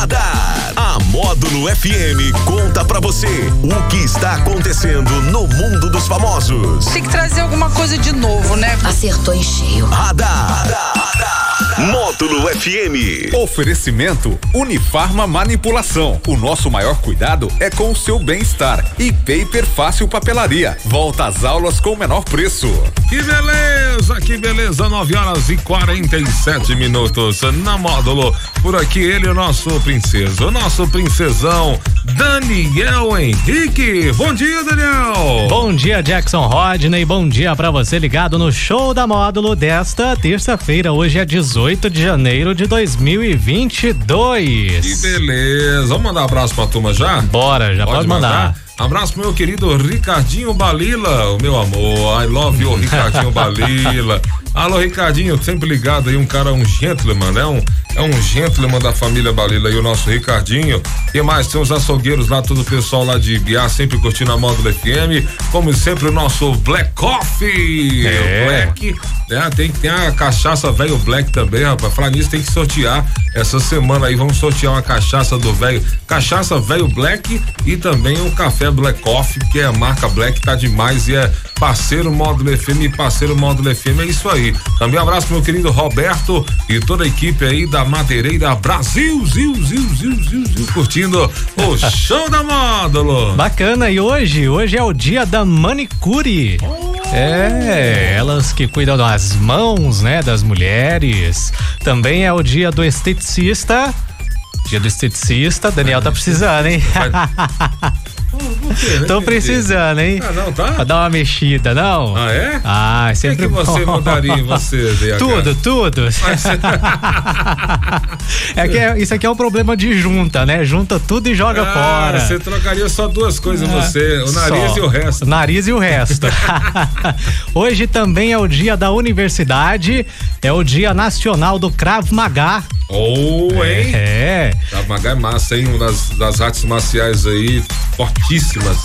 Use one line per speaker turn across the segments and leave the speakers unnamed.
Radar. A Módulo FM conta pra você o que está acontecendo no mundo dos famosos.
Tem que trazer alguma coisa de novo, né?
Acertou em cheio.
Radar. Módulo FM.
Oferecimento Unifarma Manipulação. O nosso maior cuidado é com o seu bem-estar. E Paper Fácil Papelaria. Volta às aulas com o menor preço.
Que beleza, que beleza. 9 horas e 47 minutos na módulo. Por aqui ele, o nosso princeso, o nosso princesão, Daniel Henrique. Bom dia, Daniel.
Bom dia, Jackson Rodney. Bom dia pra você ligado no Show da Módulo desta terça-feira. Hoje é 18 de janeiro de
Que
2022.
beleza. Vamos mandar um abraço pra turma já?
Bora, já pode, mandar.
Abraço pro meu querido Ricardinho Balila, o meu amor. I love you, Ricardinho Balila. Alô, Ricardinho, sempre ligado aí, um cara, um gentleman, né? Um, é um gentleman da família Balila e o nosso Ricardinho. E mais, tem os açougueiros lá, todo o pessoal lá de Ibiá, sempre curtindo a Módulo FM. Como sempre, o nosso Black Coffee.
É.
O Black, né? Tem, tem a cachaça velho Black também, rapaz. Falar nisso, tem que sortear essa semana aí, vamos sortear uma cachaça do velho, cachaça velho Black e também um café Black Coffee, que é a marca Black, tá demais e é parceiro Módulo FM, e parceiro Módulo FM, é isso aí. Também um abraço meu querido Roberto e toda a equipe aí da Madeireira Brasil, ziu, ziu, ziu, ziu, ziu, curtindo o show da Módulo.
Bacana, e hoje? Hoje é o dia da manicure. É, elas que cuidam das mãos, né, das mulheres. Também é o dia do esteticista. Dia do esteticista, Daniel tá precisando, hein? Tô precisando, hein?
Ah, não, tá?
Pra dar uma mexida, não?
Ah, é?
Ah, é
O que,
sempre
que você
bom.
mandaria em você, DH?
Tudo, tudo. é que é- isso aqui é um problema de junta, né? Junta tudo e joga
Ah,
fora.
Você trocaria só duas coisas em
Ah,
você, o nariz
só.
e o resto.
Nariz e o resto. Hoje também é o dia da universidade, é o dia nacional do Krav Maga.
Ou, hein?
É.
Krav Maga é massa, hein? Uma das, das artes marciais aí fortíssimas.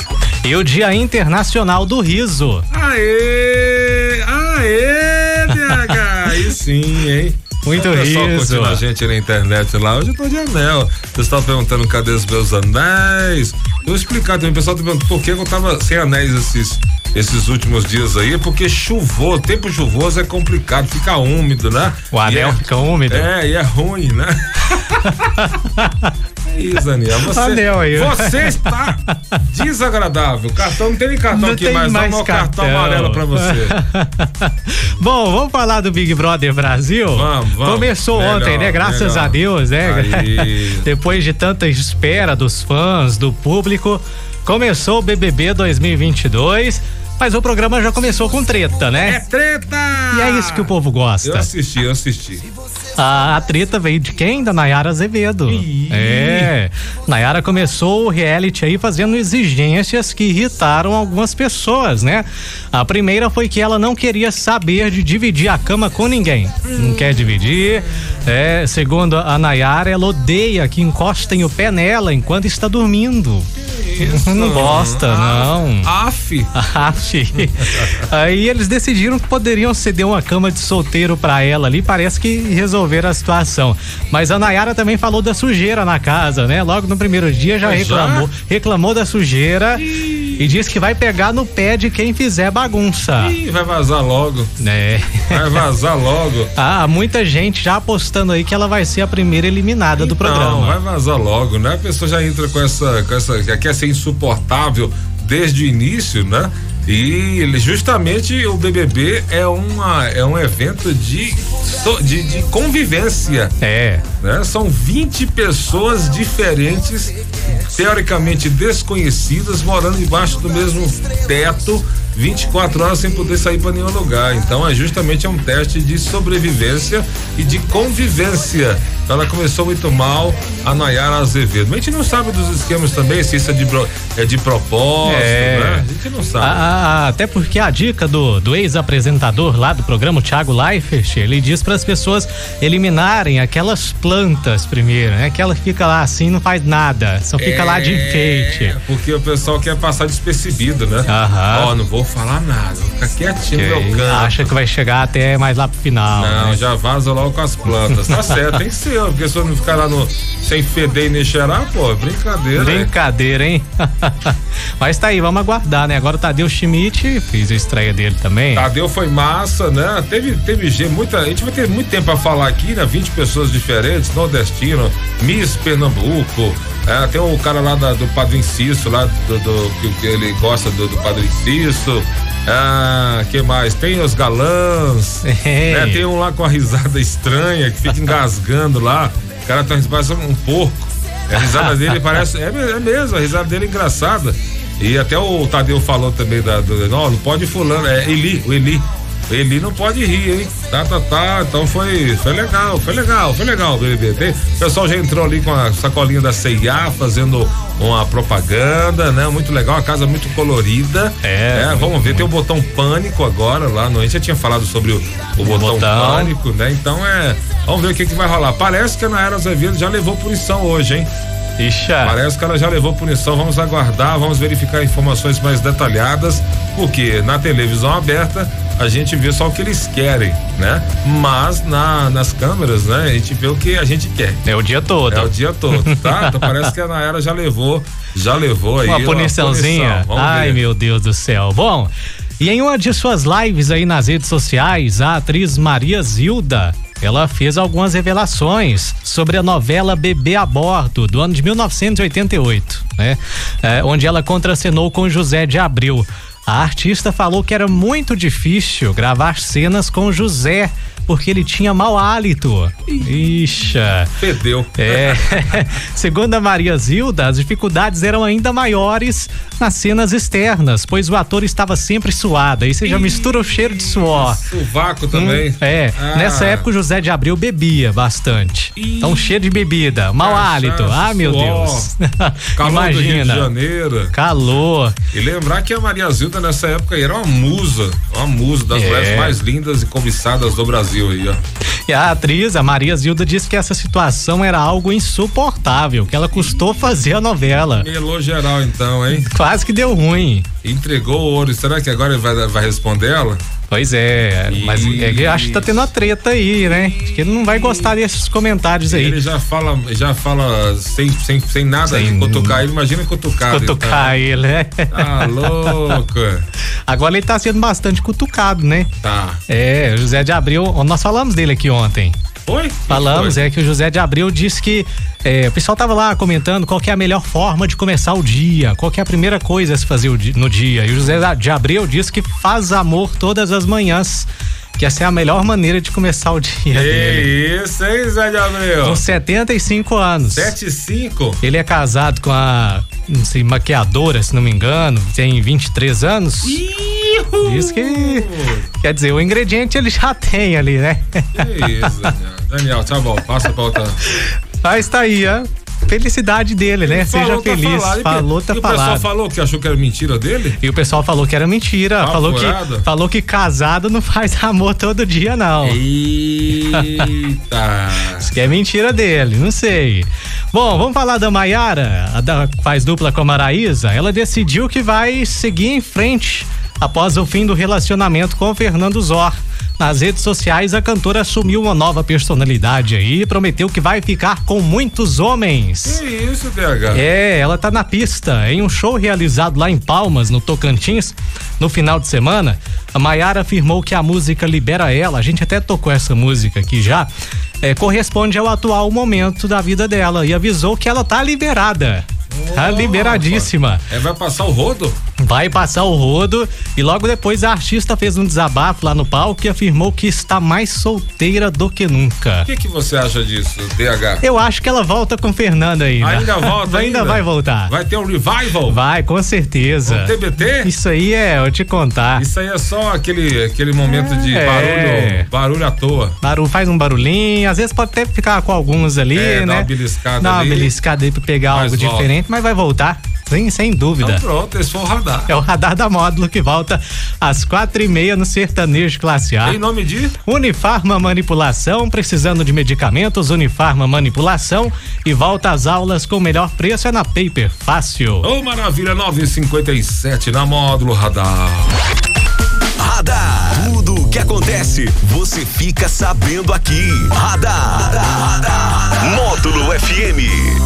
E o dia internacional do riso.
Aê! Aê, DH! Aí sim, hein?
Muito
O pessoal
riso.
curtindo a gente na internet lá. Hoje eu tô de anel. Vocês estavam perguntando cadê os meus anéis. Eu vou explicar também. O pessoal tá perguntando por que eu tava sem anéis esses, esses últimos dias aí. Porque chuvou. Tempo chuvoso é complicado. Fica úmido, né?
O anel
E é-
fica úmido.
É, e é ruim, né? É Isso, Daniel. Você,
Anel aí. né?
você está desagradável. Cartão, não tem nem cartão
Não
aqui
tem
mais,
mais
dá um cartão
cartão.
amarelo pra você.
Bom, vamos falar do Big Brother Brasil?
Vamos, vamos.
Começou
Melhor,
ontem, né? Graças
melhor.
a Deus, né?
Aí.
Depois de tanta espera dos fãs, do público, começou o BBB 2022, mas o programa já começou com treta,
É
né?
treta!
E é isso que o povo
Eu
gosta.
assisti, eu assisti.
A, a treta veio de quem? Da Nayara Azevedo.
Ih.
É. Nayara começou o reality aí fazendo exigências que irritaram algumas pessoas, né? A primeira foi que ela não queria saber de dividir a cama com ninguém. Não quer dividir. É, segundo a Nayara, ela odeia que encostem o pé nela enquanto está dormindo. Não gosta, não.
Af,
Aff. Ah, Aí eles decidiram que poderiam ceder uma cama de solteiro pra ela ali, parece que resolveram a situação. Mas a Nayara também falou da sujeira na casa, né? Logo no primeiro dia já
Mas já?
reclamou, reclamou da sujeira e disse que vai pegar no pé de quem fizer bagunça.
Ih, vai vazar logo.
É.
Vai vazar logo.
Ah, muita gente já apostando aí que ela vai ser a primeira eliminada do
Não,
programa.
Então, vai vazar logo, né? A pessoa já entra com essa, com essa, já quer ser insuportável desde o início, né? E ele- justamente o BBB é uma é um evento de so- de, de convivência,
É.
né? São 20 pessoas diferentes, teoricamente desconhecidas, morando embaixo do mesmo teto. 24 horas sem poder sair para nenhum lugar. Então é justamente um teste de sobrevivência e de convivência. Ela começou muito mal, a Nayara Azevedo. Mas a gente não sabe dos esquemas também, se isso é de, bro- é de propósito,
É.
né? A gente não sabe.
Ah, ah, até porque a dica do, do ex-apresentador lá do programa, o Thiago Leifert, ele diz para as pessoas eliminarem aquelas plantas primeiro, né? Aquela que fica lá assim não faz
É.
nada, só fica lá de enfeite.
Porque o pessoal quer passar despercebido, né?
Aham.
Ó, não vou falar nada, fica quietinho no
Ok.
meu canto.
Acha que vai chegar até mais lá pro final.
Não,
né?
já vaza logo com as plantas. Tá certo, tem que ser, ó, porque se eu não ficar lá no, sem feder e nem cheirar, pô, é brincadeira. né?
Brincadeira, hein? Mas tá aí, vamos aguardar, né? Agora o Tadeu Schmidt fez a estreia dele também.
Tadeu foi massa, né? Teve, teve gente, muita. A gente vai ter muito tempo pra falar aqui, né? 20 pessoas diferentes, nordestino, Miss Pernambuco. é, tem o cara lá da- do Padre Inciso, lá do, do- que, que ele gosta do, do Padre Inciso. Ah, que mais? Tem os galãs.
Ei.
né? Tem um lá com a risada estranha que fica engasgando lá. O cara tá parecendo um porco. A risada dele parece. É, me- é mesmo, a risada dele é engraçada. E até o Tadeu falou também da. do- não, não pode fulano. É Eli, o Eli. O Eli não pode rir, hein? Tá, tá, tá. Então foi, foi legal, foi legal, foi legal, BBB. Tem- o pessoal já entrou ali com a sacolinha da CIA fazendo uma propaganda, né? Muito legal, a casa muito colorida.
É,
né? Vamos ver, tem o botão pânico agora lá. No, a gente já tinha falado sobre o, o botão,
botão.
pânico, né? Então é. Vamos ver o que, que vai rolar. Parece que a Nayara Azevedo já levou punição hoje, hein?
Ixa.
Parece que ela já levou punição. Vamos aguardar, vamos verificar informações mais detalhadas, porque na televisão aberta a gente vê só o que eles querem, né? Mas na- nas câmeras, né? A gente vê o que a gente quer.
É o dia todo.
É o dia todo, tá? Então parece que a Nayara já levou, já levou aí.
Uma puniçãozinha.
punição. Vamos
Ai,
ver.
meu Deus do céu. Bom, e em uma de suas lives aí nas redes sociais, a atriz Maria Zilda, ela fez algumas revelações sobre a novela Bebê a Bordo, do ano de 1988, né? É, onde ela contracenou com José de Abreu. A artista falou que era muito difícil gravar cenas com José, porque ele tinha mau hálito. Ixa.
Perdeu.
É. Segundo a Maria Zilda, as dificuldades eram ainda maiores nas cenas externas, pois o ator estava sempre suado. Aí você já mistura o cheiro de suor.
O vácuo também.
É,
Ah,
nessa época o José de Abril bebia bastante.
Ih.
Então, cheiro de bebida, mau
Cachaça,
hálito. Ah, meu
suor.
Deus.
Calor do Rio de
Imagina.
Janeiro.
Calor.
E lembrar que a Maria Zilda nessa época aí era uma musa, uma musa das
É.
mulheres mais lindas e cobiçadas do Brasil aí, ó.
E a atriz, a Maria Zilda, disse que essa situação era algo insuportável, que ela custou fazer a novela.
Melô geral então, hein?
Quase que deu ruim.
Entregou o ouro, será que agora ele vai, vai responder ela?
Pois é, mas é que eu acho que tá tendo uma treta aí, né? Acho que ele não vai gostar desses comentários
Ele
aí.
já fala, já fala sem, sem, sem nada
Sem-
de cutucar ele, imagina cutucado.
Cutucar ele, né?
Então. Tá louco.
Agora ele tá sendo bastante cutucado, né?
Tá.
É, o José de Abril, nós falamos dele aqui ontem.
Oi?
Falamos, é que o José de Abril disse que é, o pessoal tava lá comentando qual que é a melhor forma de começar o dia, qual que é a primeira coisa a se fazer o di- no dia. E o José da- de Abril disse que faz amor todas as manhãs, que essa é a melhor maneira de começar o dia dele.
Que isso, hein, Zé de Abreu?
Com 75 anos.
7 e 5?
Ele é casado com a não sei, maquiadora, se não me engano, tem 23 anos. Diz que. Quer dizer, o ingrediente ele já tem ali, né?
Que isso, Daniel. Daniel, tá bom, passa pra outra.
Mas tá aí, ó. Felicidade dele, né? Seja
Falou, tá
feliz.
falado. E
falou,
que-
tá
e O pessoal
falado.
falou que achou que era mentira dele?
E o pessoal falou que era mentira.
Papo
falou, que,
Tá furado?
falou que casado não faz amor todo dia, não.
Eita!
Isso que é mentira dele, não sei. Bom, vamos falar da Maiara, a da faz dupla com a Maraísa. Ela decidiu que vai seguir em frente após o fim do relacionamento com o Fernando Zor. Nas redes sociais, a cantora assumiu uma nova personalidade aí e prometeu que vai ficar com muitos homens.
que isso, DH?
É, ela tá na pista. Em um show realizado lá em Palmas, no Tocantins, no final de semana, a Maiara afirmou que a música Libera Ela, a gente até tocou essa música aqui já, é, corresponde ao atual momento da vida dela e avisou que ela tá liberada. Tá liberadíssima.
É, vai passar o rodo?
Vai passar o rodo e logo depois a artista fez um desabafo lá no palco e afirmou que está mais solteira do que nunca.
O que, que você acha disso, DH?
Eu acho que ela volta com Fernanda ainda.
Ainda volta?
ainda vai voltar.
Vai ter um revival?
Vai, com certeza.
Um TBT?
Isso aí é, eu te contar.
Isso aí é só aquele, aquele momento de
É.
barulho, barulho à toa.
Barulho, faz um barulhinho, às vezes pode até ficar com alguns ali,
É,
né?
dá uma beliscada
Dá uma
ali.
beliscada aí pra pegar
Mas
algo
volta.
diferente, mas vai voltar, sem, sem dúvida.
Então pronto, esse foi o radar.
É o Radar da Módulo que volta às quatro e meia no Sertanejo Classe A.
Em nome de...
Unifarma Manipulação, precisando de medicamentos, Unifarma Manipulação e volta às aulas com o melhor preço é na Paper Fácil.
Ô, maravilha, 9h57 na módulo radar.
Radar. Tudo o que acontece, você fica sabendo aqui. Radar. Módulo FM.